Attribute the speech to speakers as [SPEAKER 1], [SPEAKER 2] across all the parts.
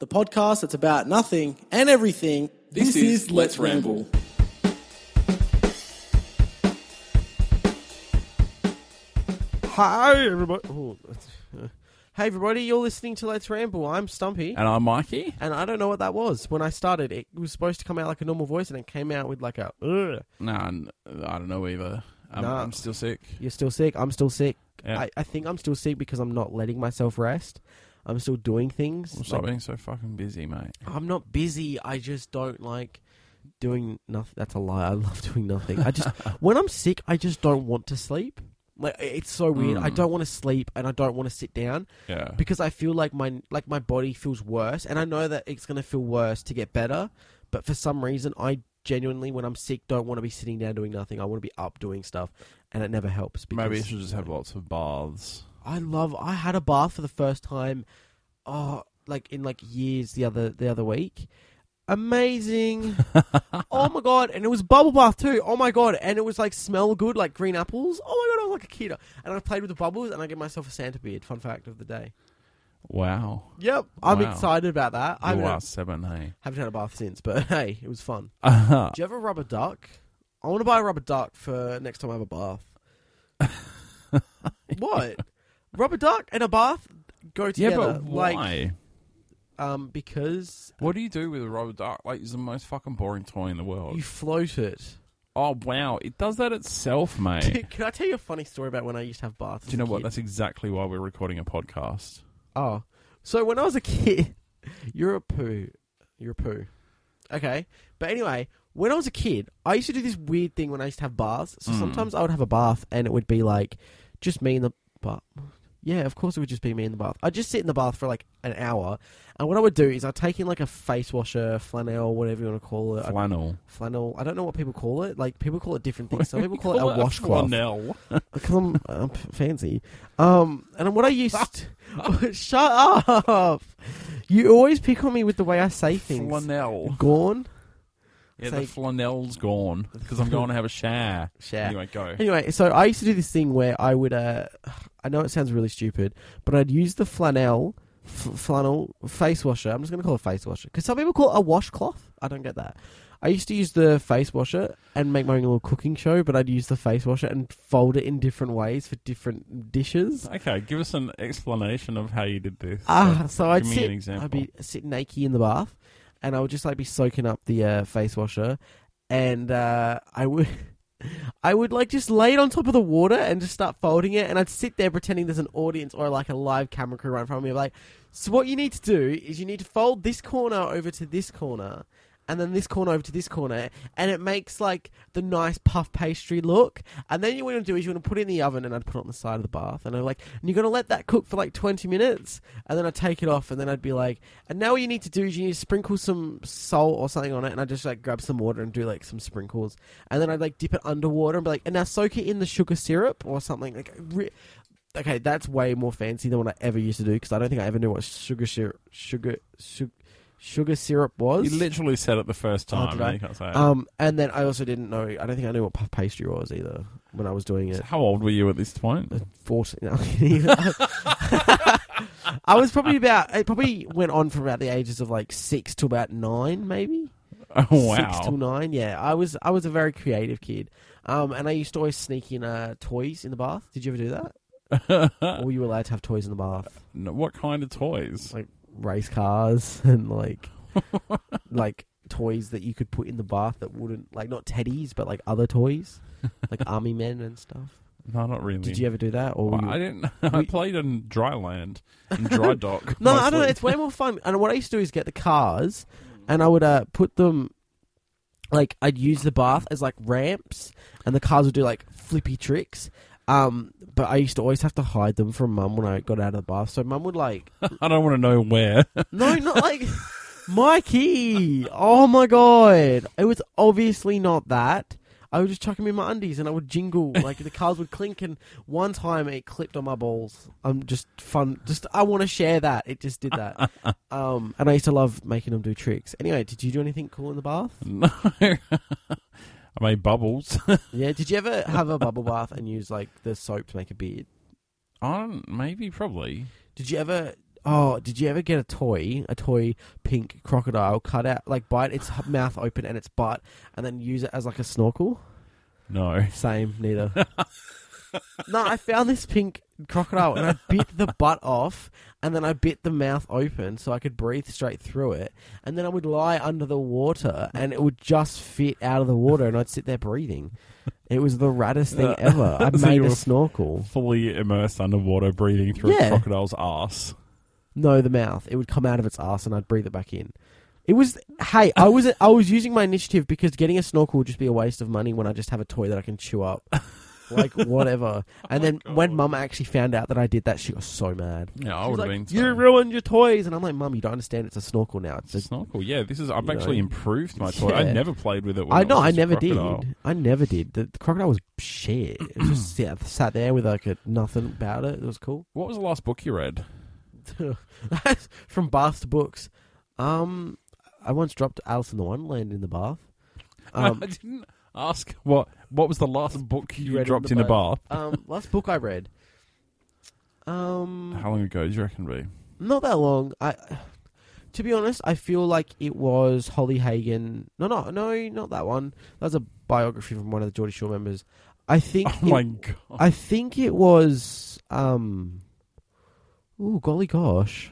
[SPEAKER 1] the podcast that's about nothing and everything.
[SPEAKER 2] This, is Let's Ramble.
[SPEAKER 3] Hi, everybody. Ooh, that's- uh, Hey, everybody, you're listening to Let's Ramble. I'm Stumpy.
[SPEAKER 2] And I'm Mikey.
[SPEAKER 3] And I don't know what that was. When I started, it was supposed to come out like a normal voice, and it came out with like a, Ugh.
[SPEAKER 2] Nah, n- I don't know either. I'm,
[SPEAKER 3] Nah.
[SPEAKER 2] I'm still sick.
[SPEAKER 3] You're still sick. I'm still sick.
[SPEAKER 2] Yeah.
[SPEAKER 3] I, I think I'm still sick because I'm not letting myself rest. I'm still doing things.
[SPEAKER 2] I'm stop
[SPEAKER 3] Like,
[SPEAKER 2] being so fucking busy, mate.
[SPEAKER 3] I'm not busy. I just don't like doing nothing. That's a lie. I love doing nothing. I just, when I'm sick, I just don't want to sleep. Like, it's so weird. I
[SPEAKER 2] Mm.
[SPEAKER 3] don't want to sleep and I don't want to sit down.
[SPEAKER 2] Yeah.
[SPEAKER 3] because I feel like my like my body feels worse, and I know that it's gonna feel worse to get better. But for some reason, I genuinely, when I'm sick, don't want to be sitting down doing nothing. I want to be up doing stuff, and it never helps. Because
[SPEAKER 2] Maybe you should just have lots of baths.
[SPEAKER 3] I love. I had a bath for the first time, oh, like in like years the other the other week. Amazing! oh my god, and it was bubble bath too. Oh my god, and it was like smell good, like green apples. Oh my god, I was like a kid, and I played with the bubbles, and I gave myself a Santa beard. Fun fact of the day.
[SPEAKER 2] Wow.
[SPEAKER 3] Yep, I'm
[SPEAKER 2] Wow.
[SPEAKER 3] excited about that. I
[SPEAKER 2] You
[SPEAKER 3] haven't,
[SPEAKER 2] are seven, hey.
[SPEAKER 3] haven't had a bath since, but hey, it was fun.
[SPEAKER 2] Uh-huh.
[SPEAKER 3] Do you have a rubber duck? I want to buy a rubber duck for next time I have a bath. what? Rubber duck and a bath go
[SPEAKER 2] Yeah,
[SPEAKER 3] together.
[SPEAKER 2] but why?
[SPEAKER 3] Like, um, because
[SPEAKER 2] what do you do with a rubber duck? Like, it's the most fucking boring toy in the world.
[SPEAKER 3] you float it.
[SPEAKER 2] oh, wow. It does that itself, mate.
[SPEAKER 3] Dude, can I tell you a funny story about when I used to have baths?
[SPEAKER 2] do
[SPEAKER 3] as
[SPEAKER 2] you
[SPEAKER 3] a
[SPEAKER 2] know what?
[SPEAKER 3] kid?
[SPEAKER 2] That's exactly why we're recording a podcast.
[SPEAKER 3] Oh, so when I was a kid, you're a poo, you're a poo. Okay, but anyway, when I was a kid, I used to do this weird thing when I used to have baths. So
[SPEAKER 2] Mm.
[SPEAKER 3] sometimes I would have a bath, and it would be like just me in the bath. Yeah, of course it would just be me in the bath. I'd just sit in the bath for like an hour, and what I would do is I'd take in like a face washer, flannel, whatever you want to call it, I'd-
[SPEAKER 2] Flannel.
[SPEAKER 3] flannel. I don't know what people call it. Like people call it different things. Some people call,
[SPEAKER 2] Call
[SPEAKER 3] it a washcloth.
[SPEAKER 2] Flannel.
[SPEAKER 3] Because I'm, I'm p- fancy. Um, and what I used. shut up! You always pick on me with the way I say things.
[SPEAKER 2] Flannel.
[SPEAKER 3] Gone.
[SPEAKER 2] Yeah,
[SPEAKER 3] Say-
[SPEAKER 2] the flannel's gone because I'm going to have a shower.
[SPEAKER 3] Share.
[SPEAKER 2] Anyway, go.
[SPEAKER 3] Anyway, so I used to do this thing where I would. Uh, I know it sounds really stupid, but I'd use the flannel, f- flannel face washer. I'm just going to call it face washer because some people call it a washcloth. I don't get that. I used to use the face washer and make my own little cooking show, but I'd use the face washer and fold it in different ways for different dishes.
[SPEAKER 2] Okay, give us an explanation of how you did this.
[SPEAKER 3] Ah, so I'd
[SPEAKER 2] give me
[SPEAKER 3] sit.
[SPEAKER 2] an example.
[SPEAKER 3] I'd be sitting naked in the bath, and I would just like be soaking up the uh, face washer, and uh, I would. I would like just lay it on top of the water and just start folding it, and I'd sit there pretending there's an audience or like a live camera crew right in front of me. Like, so what you need to do is you need to fold this corner over to this corner, and then this corner over to this corner, and it makes like the nice puff pastry look. And then you want to do is you want to put it in the oven, and I'd put it on the side of the bath, and I'm like, and you're gonna let that cook for like 20 minutes, and then I'd take it off, and then I'd be like, and now all you need to do is you need to sprinkle some salt or something on it, and I just like grab some water and do like some sprinkles, and then I'd like dip it underwater and be like, and now soak it in the sugar syrup or something like. Re- Okay, that's way more fancy than what I ever used to do because I don't think I ever knew what sugar syrup, sugar, sugar, sugar syrup was.
[SPEAKER 2] You literally said it the first
[SPEAKER 3] Oh,
[SPEAKER 2] time.
[SPEAKER 3] did
[SPEAKER 2] and
[SPEAKER 3] I?
[SPEAKER 2] you can't say it.
[SPEAKER 3] Um, and then I also didn't know. I don't think I knew what puff pastry was either when I was doing it.
[SPEAKER 2] So how old were you at this point?
[SPEAKER 3] Fourteen. no, I'm kidding. I was probably about. It probably went on from about the ages of like six to about nine, maybe. Uh,
[SPEAKER 2] Oh
[SPEAKER 3] Six to
[SPEAKER 2] wow!
[SPEAKER 3] nine. Yeah, I was. I was a very creative kid. Um, and I used to always sneak in uh, toys in the bath. Did you ever do that?
[SPEAKER 2] Uh.
[SPEAKER 3] or were you allowed to have toys in the bath,
[SPEAKER 2] No, what kind of toys?
[SPEAKER 3] like race cars and like like toys that you could put in the bath that wouldn't like not teddies but like other toys like army men and stuff
[SPEAKER 2] No, not really.
[SPEAKER 3] did you ever do that or were
[SPEAKER 2] Well,
[SPEAKER 3] you-
[SPEAKER 2] I didn't. I
[SPEAKER 3] we-
[SPEAKER 2] played in dry land, in dry dock.
[SPEAKER 3] no i don't know
[SPEAKER 2] mostly.
[SPEAKER 3] it's way more fun and what i used to do is get the cars and i would uh, put them like i'd use the bath as like ramps and the cars would do like flippy tricks um, but I used to always have to hide them from mum when I got out of the bath. So mum would like
[SPEAKER 2] I don't want to know where.
[SPEAKER 3] No, not like Mikey. Oh my god. It was obviously not that. I would just chuck him in my undies and I would jingle. Like the cars would clink and one time it clipped on my balls. I'm just fun just I wanna share that. It just did that. Um and I used to love making them do tricks. Anyway, did you do anything cool in the bath?
[SPEAKER 2] no, I made bubbles.
[SPEAKER 3] Yeah. Did you ever have a bubble bath and use like the soap to make a beard?
[SPEAKER 2] I don't. Maybe probably.
[SPEAKER 3] Did you ever Oh, did you ever get a toy, a toy pink crocodile, cut out like bite its h- mouth open and its butt, and then use it as like a snorkel?
[SPEAKER 2] No.
[SPEAKER 3] Same, neither. no, I found this pink crocodile and I bit the butt off, and then I bit the mouth open so I could breathe straight through it, and then I would lie under the water and it would just fit out of the water, and I'd sit there breathing. It was the raddest thing ever. I
[SPEAKER 2] So
[SPEAKER 3] made
[SPEAKER 2] you
[SPEAKER 3] a
[SPEAKER 2] were-
[SPEAKER 3] snorkel.
[SPEAKER 2] Fully immersed underwater, breathing through
[SPEAKER 3] Yeah.
[SPEAKER 2] a crocodile's ass.
[SPEAKER 3] No, the mouth. It would come out of its ass, and I'd breathe it back in. It was hey, I was I was using my initiative because getting a snorkel would just be a waste of money when I just have a toy that I can chew up, like whatever.
[SPEAKER 2] Oh
[SPEAKER 3] And then when Mum actually found out that I did that, she got so mad.
[SPEAKER 2] Yeah, I
[SPEAKER 3] She was
[SPEAKER 2] would have
[SPEAKER 3] like,
[SPEAKER 2] been.
[SPEAKER 3] you
[SPEAKER 2] so-
[SPEAKER 3] ruined your toys, and I'm like, Mum, you don't understand. It's a snorkel now. It's a,
[SPEAKER 2] snorkel. Yeah, this is. I've
[SPEAKER 3] You
[SPEAKER 2] actually
[SPEAKER 3] know.
[SPEAKER 2] improved my toy.
[SPEAKER 3] Yeah.
[SPEAKER 2] I never played with it. When
[SPEAKER 3] I
[SPEAKER 2] it
[SPEAKER 3] know.
[SPEAKER 2] was
[SPEAKER 3] I
[SPEAKER 2] just a
[SPEAKER 3] never
[SPEAKER 2] crocodile.
[SPEAKER 3] did. I never did. The, the crocodile was shit. It was just sat, sat there with like a, nothing about it. It was cool.
[SPEAKER 2] What was the last book you read?
[SPEAKER 3] From baths to books. Um, I once dropped Alice in the Wonderland in the bath. Um,
[SPEAKER 2] I didn't ask what. What was the last book you,
[SPEAKER 3] read in
[SPEAKER 2] dropped
[SPEAKER 3] the
[SPEAKER 2] in a
[SPEAKER 3] bath.
[SPEAKER 2] bath?
[SPEAKER 3] um, last book I read. Um,
[SPEAKER 2] How long ago do you reckon? Be
[SPEAKER 3] not that long. I, to be honest, I feel like it was Holly Hagen. No, no, no, not that one. That's a biography from one of the Geordie Shore members. I think.
[SPEAKER 2] Oh
[SPEAKER 3] it-
[SPEAKER 2] my god!
[SPEAKER 3] I think it was. Um, oh golly gosh,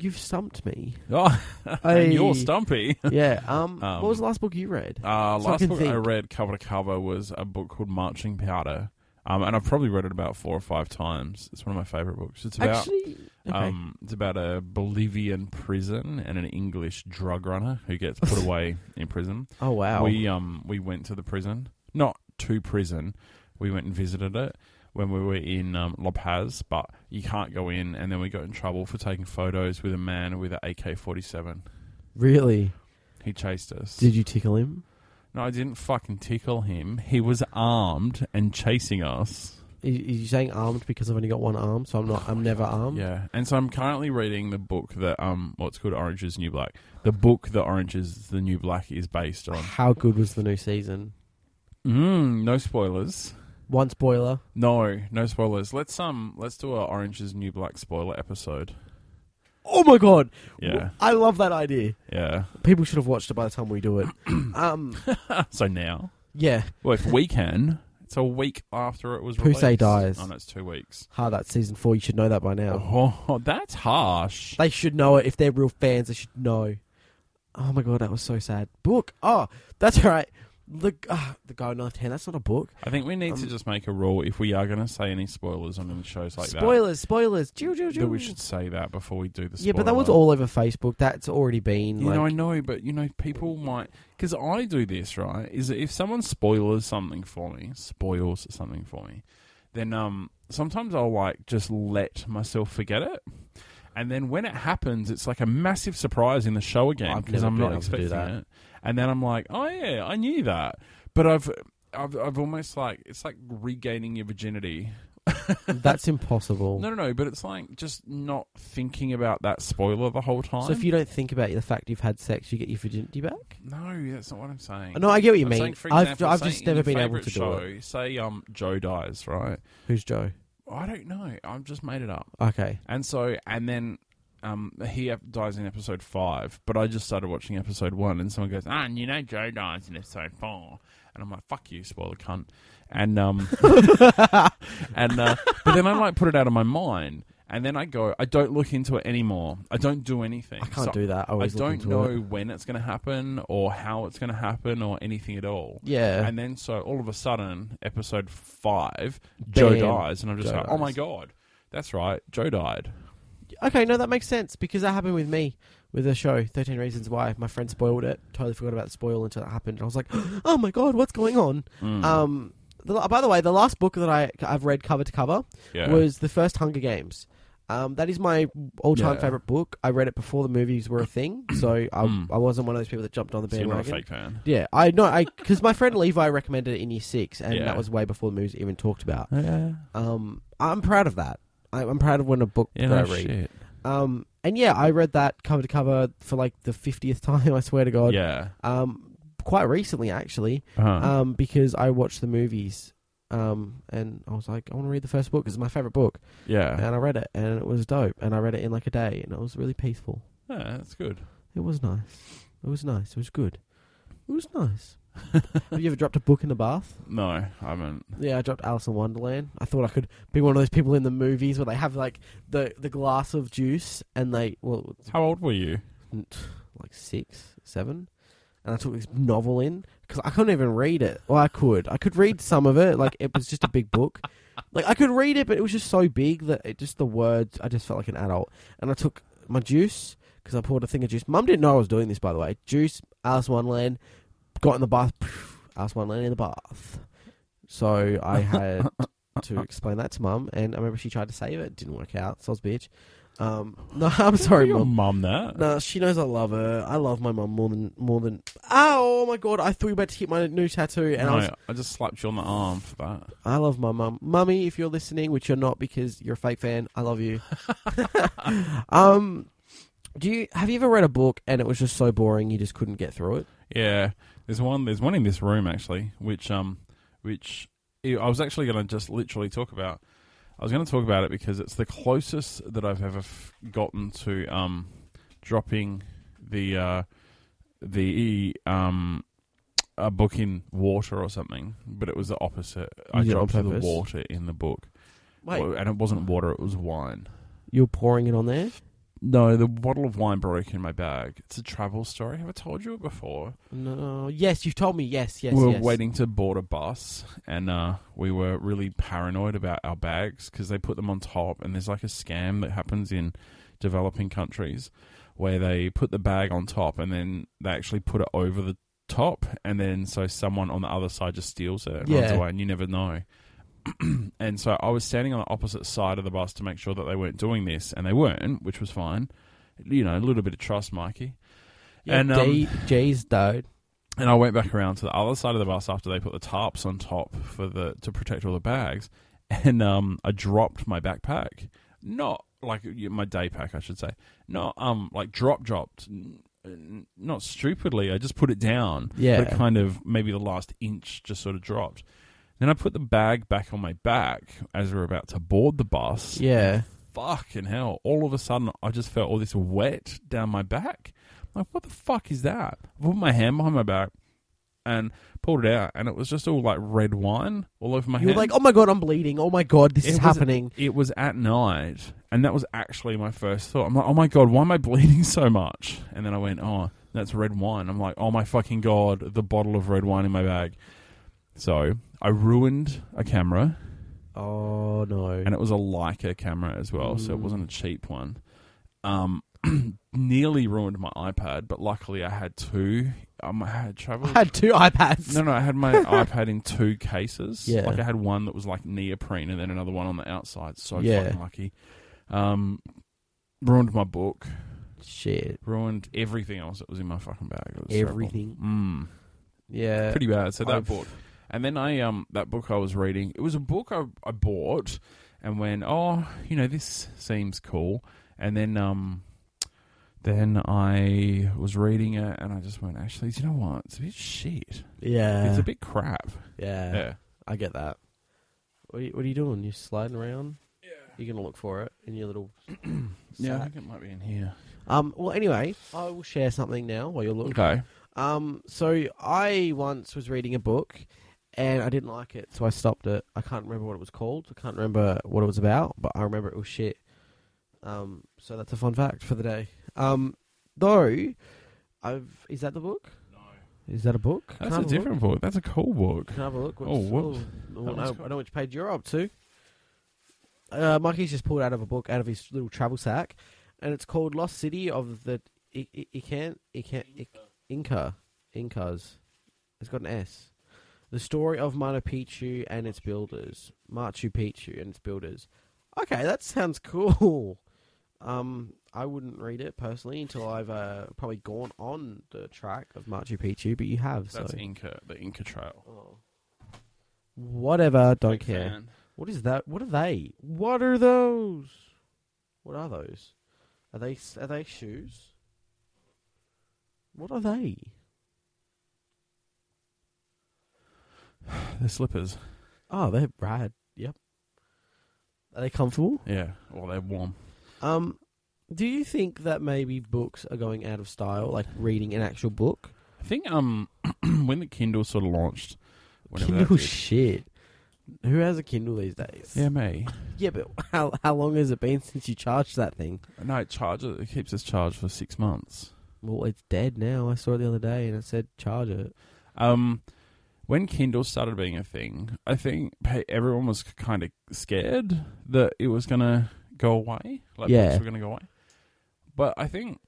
[SPEAKER 3] you've stumped me.
[SPEAKER 2] Oh, and
[SPEAKER 3] I-
[SPEAKER 2] you're stumpy.
[SPEAKER 3] yeah. Um,
[SPEAKER 2] Um,
[SPEAKER 3] what was the last book you read?
[SPEAKER 2] Uh,
[SPEAKER 3] So I
[SPEAKER 2] last
[SPEAKER 3] can
[SPEAKER 2] book I
[SPEAKER 3] think.
[SPEAKER 2] read cover to cover was a book called Marching Powder, um, and I've probably read it about four or five times. It's one of my favorite books. It's about
[SPEAKER 3] Actually, okay.
[SPEAKER 2] um, it's about a Bolivian prison and an English drug runner who gets put away in prison.
[SPEAKER 3] oh wow.
[SPEAKER 2] We um we went to the prison, not to prison. We went and visited it when we were in um, La Paz, but you can't go in. And then we got in trouble for taking photos with a man with an AK forty seven.
[SPEAKER 3] really?
[SPEAKER 2] He chased us.
[SPEAKER 3] Did you tickle him?
[SPEAKER 2] No, I didn't fucking tickle him. He was armed and chasing us.
[SPEAKER 3] Are you, are you saying armed because I've only got one arm, so I'm not. I'm never armed.
[SPEAKER 2] Yeah, and so I'm currently reading the book that um, what's called Orange Is the New Black. The book that Orange Is the New Black is based on.
[SPEAKER 3] How good was the new season?
[SPEAKER 2] Mm, no spoilers.
[SPEAKER 3] One spoiler.
[SPEAKER 2] No, no spoilers. Let's um, let's do a Orange Is the New Black spoiler episode.
[SPEAKER 3] Oh my god!
[SPEAKER 2] Yeah,
[SPEAKER 3] I love that idea.
[SPEAKER 2] yeah.
[SPEAKER 3] People should have watched it by the time we do it. um,
[SPEAKER 2] So now,
[SPEAKER 3] yeah.
[SPEAKER 2] well, if we can, it's a week after it was
[SPEAKER 3] Who
[SPEAKER 2] released.
[SPEAKER 3] say dies?
[SPEAKER 2] Oh, no, it's two weeks.
[SPEAKER 3] Ha, that's season four. You should know that by now.
[SPEAKER 2] Oh, that's harsh.
[SPEAKER 3] They should know it. If they're real fans, they should know. Oh my god, that was so sad. Book. Oh, that's all right. The uh, the guy on the left hand. That's not a book.
[SPEAKER 2] I think we need to
[SPEAKER 3] Um,
[SPEAKER 2] just make a rule if we are going to say any spoilers on any shows like that.
[SPEAKER 3] spoilers, spoilers. Jew, jew, jew.
[SPEAKER 2] that we should say that before we do the spoiler.
[SPEAKER 3] Yeah, but that was all over Facebook. That's already been.
[SPEAKER 2] You
[SPEAKER 3] like,
[SPEAKER 2] know, I know, but you know, people might because I do this right. Is that if someone spoilers something for me, spoils something for me, then um, sometimes I'll like just let myself forget it, and then when it happens, it's like a massive surprise in the show again
[SPEAKER 3] I've
[SPEAKER 2] because
[SPEAKER 3] never
[SPEAKER 2] I'm
[SPEAKER 3] been
[SPEAKER 2] not
[SPEAKER 3] able to do
[SPEAKER 2] expecting
[SPEAKER 3] that.
[SPEAKER 2] it, and then I'm like, oh yeah, I knew that, but I've. I've, I've almost like it's like regaining your virginity
[SPEAKER 3] that's impossible.
[SPEAKER 2] No, no, no. But it's like just not thinking about that spoiler the whole time.
[SPEAKER 3] So if you don't think about the fact you've had sex, you get your virginity back.
[SPEAKER 2] no, that's not what I'm saying.
[SPEAKER 3] No, I get what you
[SPEAKER 2] I'm
[SPEAKER 3] mean.
[SPEAKER 2] saying, for
[SPEAKER 3] I've,
[SPEAKER 2] example,
[SPEAKER 3] I've
[SPEAKER 2] say
[SPEAKER 3] just
[SPEAKER 2] in
[SPEAKER 3] never
[SPEAKER 2] your
[SPEAKER 3] been able
[SPEAKER 2] favourite
[SPEAKER 3] to do
[SPEAKER 2] show,
[SPEAKER 3] it.
[SPEAKER 2] Say um, Joe dies, right?
[SPEAKER 3] Who's Joe?
[SPEAKER 2] I don't know. I've just made it up.
[SPEAKER 3] Okay,
[SPEAKER 2] And so, and then um, he ep- dies in episode five. But I just started watching episode one, and someone goes, "Ah, and you know Joe dies in episode four. And I'm like, "Fuck you, spoiler cunt." And um, and uh, but then I like put it out of my mind, and then I go, I don't look into it anymore. I don't do anything.
[SPEAKER 3] I can't
[SPEAKER 2] So
[SPEAKER 3] do that. I,
[SPEAKER 2] I
[SPEAKER 3] always look
[SPEAKER 2] don't
[SPEAKER 3] into
[SPEAKER 2] know
[SPEAKER 3] It.
[SPEAKER 2] when it's going to happen or how it's going to happen or anything at all.
[SPEAKER 3] Yeah,
[SPEAKER 2] And then so all of a sudden, episode five, Joe
[SPEAKER 3] Bam.
[SPEAKER 2] dies, and I'm just
[SPEAKER 3] Joe
[SPEAKER 2] like, oh my
[SPEAKER 3] dies.
[SPEAKER 2] god, that's right, Joe died.
[SPEAKER 3] Okay, no, that makes sense because that happened with me with the show Thirteen Reasons Why. My friend spoiled it. Totally forgot about the spoil until it happened. And I was like, "Oh my god, what's going on?"
[SPEAKER 2] Mm.
[SPEAKER 3] Um, the, by the way, the last book that I I've read cover to cover
[SPEAKER 2] yeah.
[SPEAKER 3] was the first Hunger Games. Um, that is my all-time
[SPEAKER 2] Yeah.
[SPEAKER 3] favorite book. I read it before the movies were a thing, so I,
[SPEAKER 2] Mm.
[SPEAKER 3] I wasn't one of those people that jumped on the
[SPEAKER 2] so you're not a
[SPEAKER 3] bandwagon.
[SPEAKER 2] fake fan.
[SPEAKER 3] yeah, I know. I because my friend Levi recommended it in year six, and
[SPEAKER 2] Yeah.
[SPEAKER 3] that was way before the movies even talked about.
[SPEAKER 2] Yeah,
[SPEAKER 3] Um, I'm proud of that. I, I'm proud of when a book that I
[SPEAKER 2] no
[SPEAKER 3] read.
[SPEAKER 2] shit.
[SPEAKER 3] Um, and yeah, I read that cover to cover for like the fiftieth time. I swear to God.
[SPEAKER 2] Yeah.
[SPEAKER 3] Um, quite recently actually,
[SPEAKER 2] Uh-huh.
[SPEAKER 3] um, because I watched the movies Um, and I was like, I want to read the first book. It's my favorite book,
[SPEAKER 2] Yeah.
[SPEAKER 3] and I read it, and it was dope. And I read it in like a day, and it was really peaceful.
[SPEAKER 2] Yeah, that's good.
[SPEAKER 3] It was nice. It was nice. It was good. It was nice. Have you ever dropped a book in the bath?
[SPEAKER 2] No, I haven't.
[SPEAKER 3] Yeah, I dropped Alice in Wonderland. I thought I could be one of those people in the movies where they have like the the glass of juice and they well it's
[SPEAKER 2] How old were you?
[SPEAKER 3] like six, seven, and I took this novel in because I couldn't even read it. Well, I could. I could read some of it. Like it was just a big book. Like I could read it, but it was just so big that it just the words. I just felt like an adult, and I took my juice because I poured a thing of juice. Mum didn't know I was doing this, by the way. Juice, Alice in Wonderland, got in the bath. Alice in Wonderland in the bath. So I had to explain that to mum, and I remember she tried to save it. Didn't work out. Soz bitch. Um, no, I'm sorry,
[SPEAKER 2] Tell your
[SPEAKER 3] mum.
[SPEAKER 2] mum that.
[SPEAKER 3] No, she knows I love her. I love my mum more than more than. Ow, oh my god! I thought you were about to hit my new tattoo, and
[SPEAKER 2] No,
[SPEAKER 3] I
[SPEAKER 2] I,
[SPEAKER 3] was.
[SPEAKER 2] just slapped you on the arm for that.
[SPEAKER 3] I love my mum, mummy. If you're listening, which you're not because you're a fake fan, I love you. um, do you have you ever read a book and it was just so boring you just couldn't get through it?
[SPEAKER 2] Yeah, there's one. There's one in this room actually, which um, which I I was actually going to just literally talk about. I was going to talk about it because it's the closest that I've ever f- gotten to um, dropping the uh, the um, a book in water or something. But it was the opposite. I
[SPEAKER 3] did it on
[SPEAKER 2] dropped the
[SPEAKER 3] purpose?
[SPEAKER 2] water in the book,
[SPEAKER 3] Wait,
[SPEAKER 2] Well, and it wasn't water; it was wine.
[SPEAKER 3] you're pouring it on there?
[SPEAKER 2] No, the bottle of wine broke in my bag. It's a travel story. Have I told you it before?
[SPEAKER 3] No. Yes, you've told me. Yes, yes.
[SPEAKER 2] we were
[SPEAKER 3] yes.
[SPEAKER 2] waiting to board a bus, and uh, we were really paranoid about our bags because they put them on top, and there's like a scam that happens in developing countries where they put the bag on top, and then they actually put it over the top, and then so someone on the other side just steals it and runs
[SPEAKER 3] Yeah.
[SPEAKER 2] away, and you never know. and so I was standing on the opposite side of the bus to make sure that they weren't doing this, and they weren't, which was fine. You know, a little bit of trust, Mikey.
[SPEAKER 3] Yeah,
[SPEAKER 2] and, um,
[SPEAKER 3] Jay- Jay's died.
[SPEAKER 2] And I went back around to the other side of the bus after they put the tarps on top for the to protect all the bags, and um, I dropped my backpack, not like y- my day pack, I should say, not um like drop dropped, N- n- not stupidly. I just put it down,
[SPEAKER 3] Yeah.
[SPEAKER 2] but it kind of maybe the last inch just sort of dropped. Then I put the bag back on my back as we were about to board the bus.
[SPEAKER 3] Yeah.
[SPEAKER 2] Fucking hell! All of a sudden, I just felt all this wet down my back. I'm like, what the fuck is that? I put my hand behind my back and pulled it out, and it was just all like red wine all over my
[SPEAKER 3] You were
[SPEAKER 2] hand.
[SPEAKER 3] like, oh my god, I'm bleeding. Oh my god, this
[SPEAKER 2] It
[SPEAKER 3] is
[SPEAKER 2] was-
[SPEAKER 3] happening.
[SPEAKER 2] it was at night, and that was actually my first thought. I'm like, oh my god, why am I bleeding so much? And then I went, oh, that's red wine. I'm like, oh my fucking god, the bottle of red wine in my bag. So I ruined a camera,
[SPEAKER 3] Oh no.
[SPEAKER 2] and it was a Leica camera as well, so it
[SPEAKER 3] Mm.
[SPEAKER 2] wasn't a cheap one. Um, nearly ruined my iPad, but luckily I had two. Um, I had travel.
[SPEAKER 3] I had two iPads.
[SPEAKER 2] No, no, I had my iPad in two cases.
[SPEAKER 3] Yeah.
[SPEAKER 2] Like I had one that was like neoprene and then another one on the outside. So
[SPEAKER 3] Yeah.
[SPEAKER 2] fucking lucky. Um, ruined my book,
[SPEAKER 3] Shit.
[SPEAKER 2] ruined everything else that was in my fucking bag. It was terrible.
[SPEAKER 3] Everything.
[SPEAKER 2] Mm,
[SPEAKER 3] Yeah.
[SPEAKER 2] pretty bad. So that
[SPEAKER 3] I've-
[SPEAKER 2] book. And then I um that book I was reading, it was a book I, I bought and went, Oh, you know, this seems cool and then um then I was reading it and I just went, actually, do you know what? It's a bit shit.
[SPEAKER 3] Yeah.
[SPEAKER 2] It's a bit crap.
[SPEAKER 3] Yeah.
[SPEAKER 2] Yeah.
[SPEAKER 3] I get that. What are, you, what are you doing? You sliding around? Yeah. You're gonna look for it in your little.
[SPEAKER 2] Yeah, I
[SPEAKER 3] sack.
[SPEAKER 2] think it might be in here.
[SPEAKER 3] Um. Well, anyway, I will share something now while you're looking.
[SPEAKER 2] Okay.
[SPEAKER 3] Um. So I once was reading a book, and I didn't like it, so I stopped it. I can't remember what it was called. I can't remember what it was about, but I remember it was shit. Um. So that's a fun fact for the day. Um. Though, I've is that the book? No. Is that a book? Can I
[SPEAKER 2] That's
[SPEAKER 3] have
[SPEAKER 2] a
[SPEAKER 3] look?
[SPEAKER 2] different book. That's a cool book.
[SPEAKER 3] Can I have a look?
[SPEAKER 2] Oh, whoops.
[SPEAKER 3] oh,
[SPEAKER 2] That
[SPEAKER 3] no,
[SPEAKER 2] was cool.
[SPEAKER 3] I know which page you're up to. Uh, Mikey's just pulled out of a book, out of his little travel sack, and it's called Lost City of the I- I- Ican Ican I- Inca Incas. It's got an S. The story of Machu Picchu and its builders. Machu Picchu and its builders. Okay, that sounds cool. Um, I wouldn't read it personally until I've uh, probably gone on the track of Machu Picchu, but you have.
[SPEAKER 2] That's
[SPEAKER 3] so.
[SPEAKER 2] Inca, the Inca Trail.
[SPEAKER 3] Oh. Whatever, don't
[SPEAKER 2] Big
[SPEAKER 3] care.
[SPEAKER 2] fan.
[SPEAKER 3] What is that? What are they? What are those? What are those? Are they are they shoes? What are they?
[SPEAKER 2] The slippers.
[SPEAKER 3] Oh, they're rad. Yep. Are they comfortable?
[SPEAKER 2] Yeah. Well, they're warm.
[SPEAKER 3] Um, do you think that maybe books are going out of style, like reading an actual book?
[SPEAKER 2] I think um when the Kindle sort of launched. whenever that
[SPEAKER 3] Kindle
[SPEAKER 2] did-
[SPEAKER 3] shit. Who has a Kindle these days?
[SPEAKER 2] Yeah, me.
[SPEAKER 3] Yeah, but how how long has it been since you charged that thing?
[SPEAKER 2] No, it charges. It keeps us charged for six months.
[SPEAKER 3] Well, it's dead now. I saw it the other day and it said charge it.
[SPEAKER 2] Um, when Kindle started being a thing, I think pe- everyone was kind of scared that it was going to go away. Like
[SPEAKER 3] Yeah.
[SPEAKER 2] books were going to go away. But I think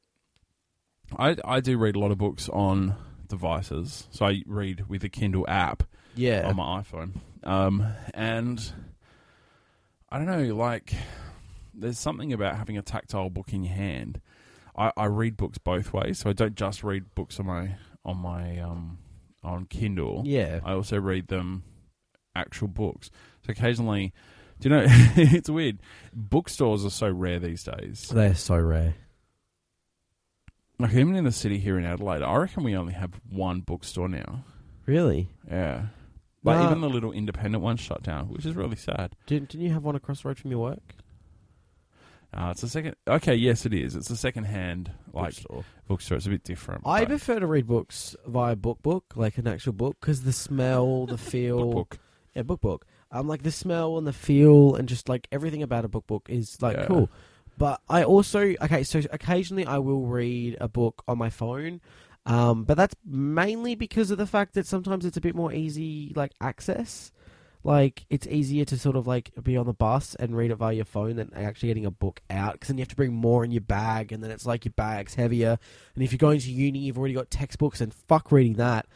[SPEAKER 2] I I do read a lot of books on devices. So I read with the Kindle app
[SPEAKER 3] Yeah.
[SPEAKER 2] on my iPhone. Um, and I don't know, like, there's something about having a tactile book in your hand. I, I read books both ways, so I don't just read books on my on my um, on Kindle.
[SPEAKER 3] yeah.
[SPEAKER 2] I also read them actual books. So occasionally, do you know? it's weird. Bookstores are so rare these days.
[SPEAKER 3] They're so rare.
[SPEAKER 2] Like even in the city here in Adelaide, I reckon we only have one bookstore now.
[SPEAKER 3] Really?
[SPEAKER 2] Yeah, like
[SPEAKER 3] Nah.
[SPEAKER 2] even the little independent ones shut down, which is really sad.
[SPEAKER 3] Didn't, didn't you have one across the road from your work?
[SPEAKER 2] Uh, it's a second. Okay, yes, it is. It's a second-hand like
[SPEAKER 3] Bookstore.
[SPEAKER 2] bookstore. It's a bit different.
[SPEAKER 3] I
[SPEAKER 2] but-
[SPEAKER 3] prefer to read books via book book, like an actual book, because the smell, the feel,
[SPEAKER 2] book, book.
[SPEAKER 3] yeah, book book. Um, like the smell and the feel and just like everything about a book book is like
[SPEAKER 2] Yeah.
[SPEAKER 3] cool. But I also okay, so occasionally I will read a book on my phone, um, but that's mainly because of the fact that sometimes it's a bit more easy like access. Like it's easier to sort of like be on the bus and read it via your phone than actually getting a book out because then you have to bring more in your bag and then it's like your bag's heavier and if you're going to uni you've already got textbooks and fuck reading that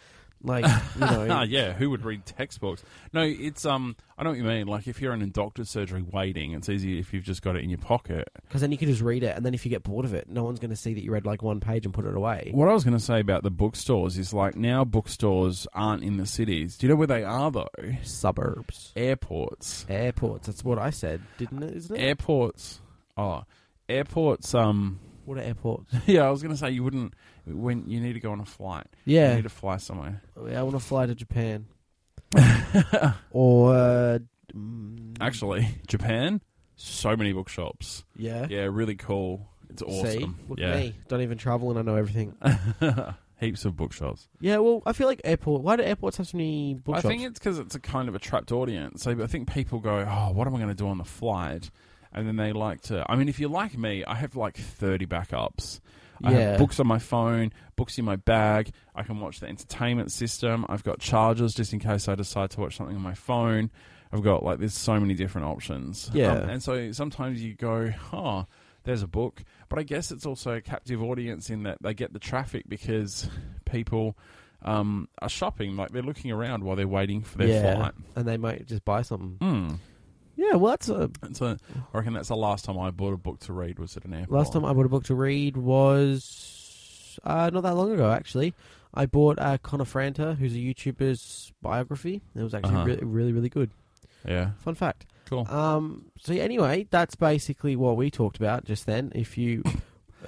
[SPEAKER 3] like you know
[SPEAKER 2] Ah, yeah. Who would read textbooks? No, it's um. I know what you mean. Like if you're in a doctor's surgery waiting, it's easy if you've just got it in your pocket.
[SPEAKER 3] Because then you can just read it, and then if you get bored of it, no one's going to see that you read like one page and put it away.
[SPEAKER 2] What I was going to say about the bookstores is like now bookstores aren't in the cities. Do you know where they are though?
[SPEAKER 3] Suburbs,
[SPEAKER 2] Airports.
[SPEAKER 3] airports. That's what I said, didn't it? Isn't it?
[SPEAKER 2] Airports. Oh, airports. Um.
[SPEAKER 3] what are airports?
[SPEAKER 2] Yeah, I was going to say you wouldn't when you need to go on a flight. You
[SPEAKER 3] Yeah,
[SPEAKER 2] need to fly somewhere.
[SPEAKER 3] I want to fly to Japan or uh, mm,
[SPEAKER 2] Actually, Japan, so many bookshops.
[SPEAKER 3] yeah,
[SPEAKER 2] Yeah, really cool. It's
[SPEAKER 3] See,
[SPEAKER 2] awesome.
[SPEAKER 3] look at
[SPEAKER 2] yeah. Uh,
[SPEAKER 3] me, don't even travel and I know everything.
[SPEAKER 2] Heaps of bookshops.
[SPEAKER 3] Yeah, well, I feel like airport. Why do airports have so many bookshops?
[SPEAKER 2] I think it's because it's a kind of a trapped audience. So I think people go, "Oh, what am I going to do on the flight?" And then they like to. I mean, if you're like me, I have like 30 backups. I
[SPEAKER 3] Yeah.
[SPEAKER 2] have books on my phone, books in my bag. I can watch the entertainment system. I've got chargers just in case I decide to watch something on my phone. I've got like there's so many different options. Um,
[SPEAKER 3] Yeah.
[SPEAKER 2] and so sometimes you go, "Oh, there's a book," but I guess it's also a captive audience in that they get the traffic because people um, are shopping, like they're looking around while they're waiting for their
[SPEAKER 3] yeah,
[SPEAKER 2] flight.
[SPEAKER 3] and they might just buy something.
[SPEAKER 2] Mm.
[SPEAKER 3] Yeah, well, that's a
[SPEAKER 2] And so I reckon that's the last time I bought a book to read was at an airport.
[SPEAKER 3] Last time I bought a book to read was uh, not that long ago, actually. I bought uh, Connor Franta, who's a YouTuber's biography. It was actually
[SPEAKER 2] Uh-huh. Oh.
[SPEAKER 3] really, really, really good.
[SPEAKER 2] yeah,
[SPEAKER 3] Fun fact.
[SPEAKER 2] cool.
[SPEAKER 3] Um, so yeah, anyway, that's basically what we talked about just then. If you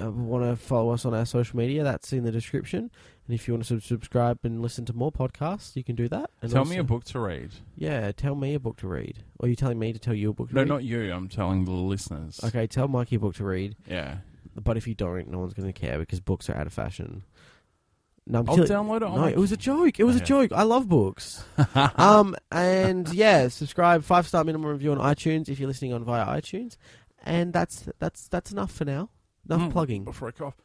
[SPEAKER 3] uh, want to follow us on our social media, that's in the description. And if you want to sub- subscribe and listen to more podcasts, you can do that. And
[SPEAKER 2] Tell me
[SPEAKER 3] also-
[SPEAKER 2] a book to read.
[SPEAKER 3] Yeah, tell me a book to read. Or are you telling me to tell you a book to
[SPEAKER 2] No,
[SPEAKER 3] read?
[SPEAKER 2] not you. I'm telling the listeners.
[SPEAKER 3] Okay, tell Mikey a book to read.
[SPEAKER 2] Yeah,
[SPEAKER 3] But if you don't, no one's going to care because books are out of fashion. No, I'm
[SPEAKER 2] I'll
[SPEAKER 3] killing.
[SPEAKER 2] download Oh, it. on
[SPEAKER 3] No,
[SPEAKER 2] my-
[SPEAKER 3] it was a joke. It was a
[SPEAKER 2] Okay.
[SPEAKER 3] joke. I love books. um, and yeah, subscribe, five star minimum review on iTunes if you're listening on via iTunes, and that's that's that's enough for now. Enough
[SPEAKER 2] Mm.
[SPEAKER 3] plugging.
[SPEAKER 2] before I cough.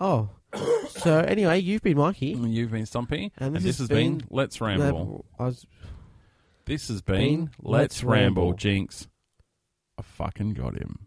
[SPEAKER 3] Oh, so anyway, you've been Mikey.
[SPEAKER 2] Mm, You've been Stumpy,
[SPEAKER 3] And
[SPEAKER 2] and
[SPEAKER 3] this
[SPEAKER 2] this,
[SPEAKER 3] has
[SPEAKER 2] has been,
[SPEAKER 3] been-
[SPEAKER 2] Let's Ramble.
[SPEAKER 3] I was
[SPEAKER 2] this has been,
[SPEAKER 3] been
[SPEAKER 2] Let's
[SPEAKER 3] Let's Ramble.
[SPEAKER 2] Ramble. Jinx, I fucking got him.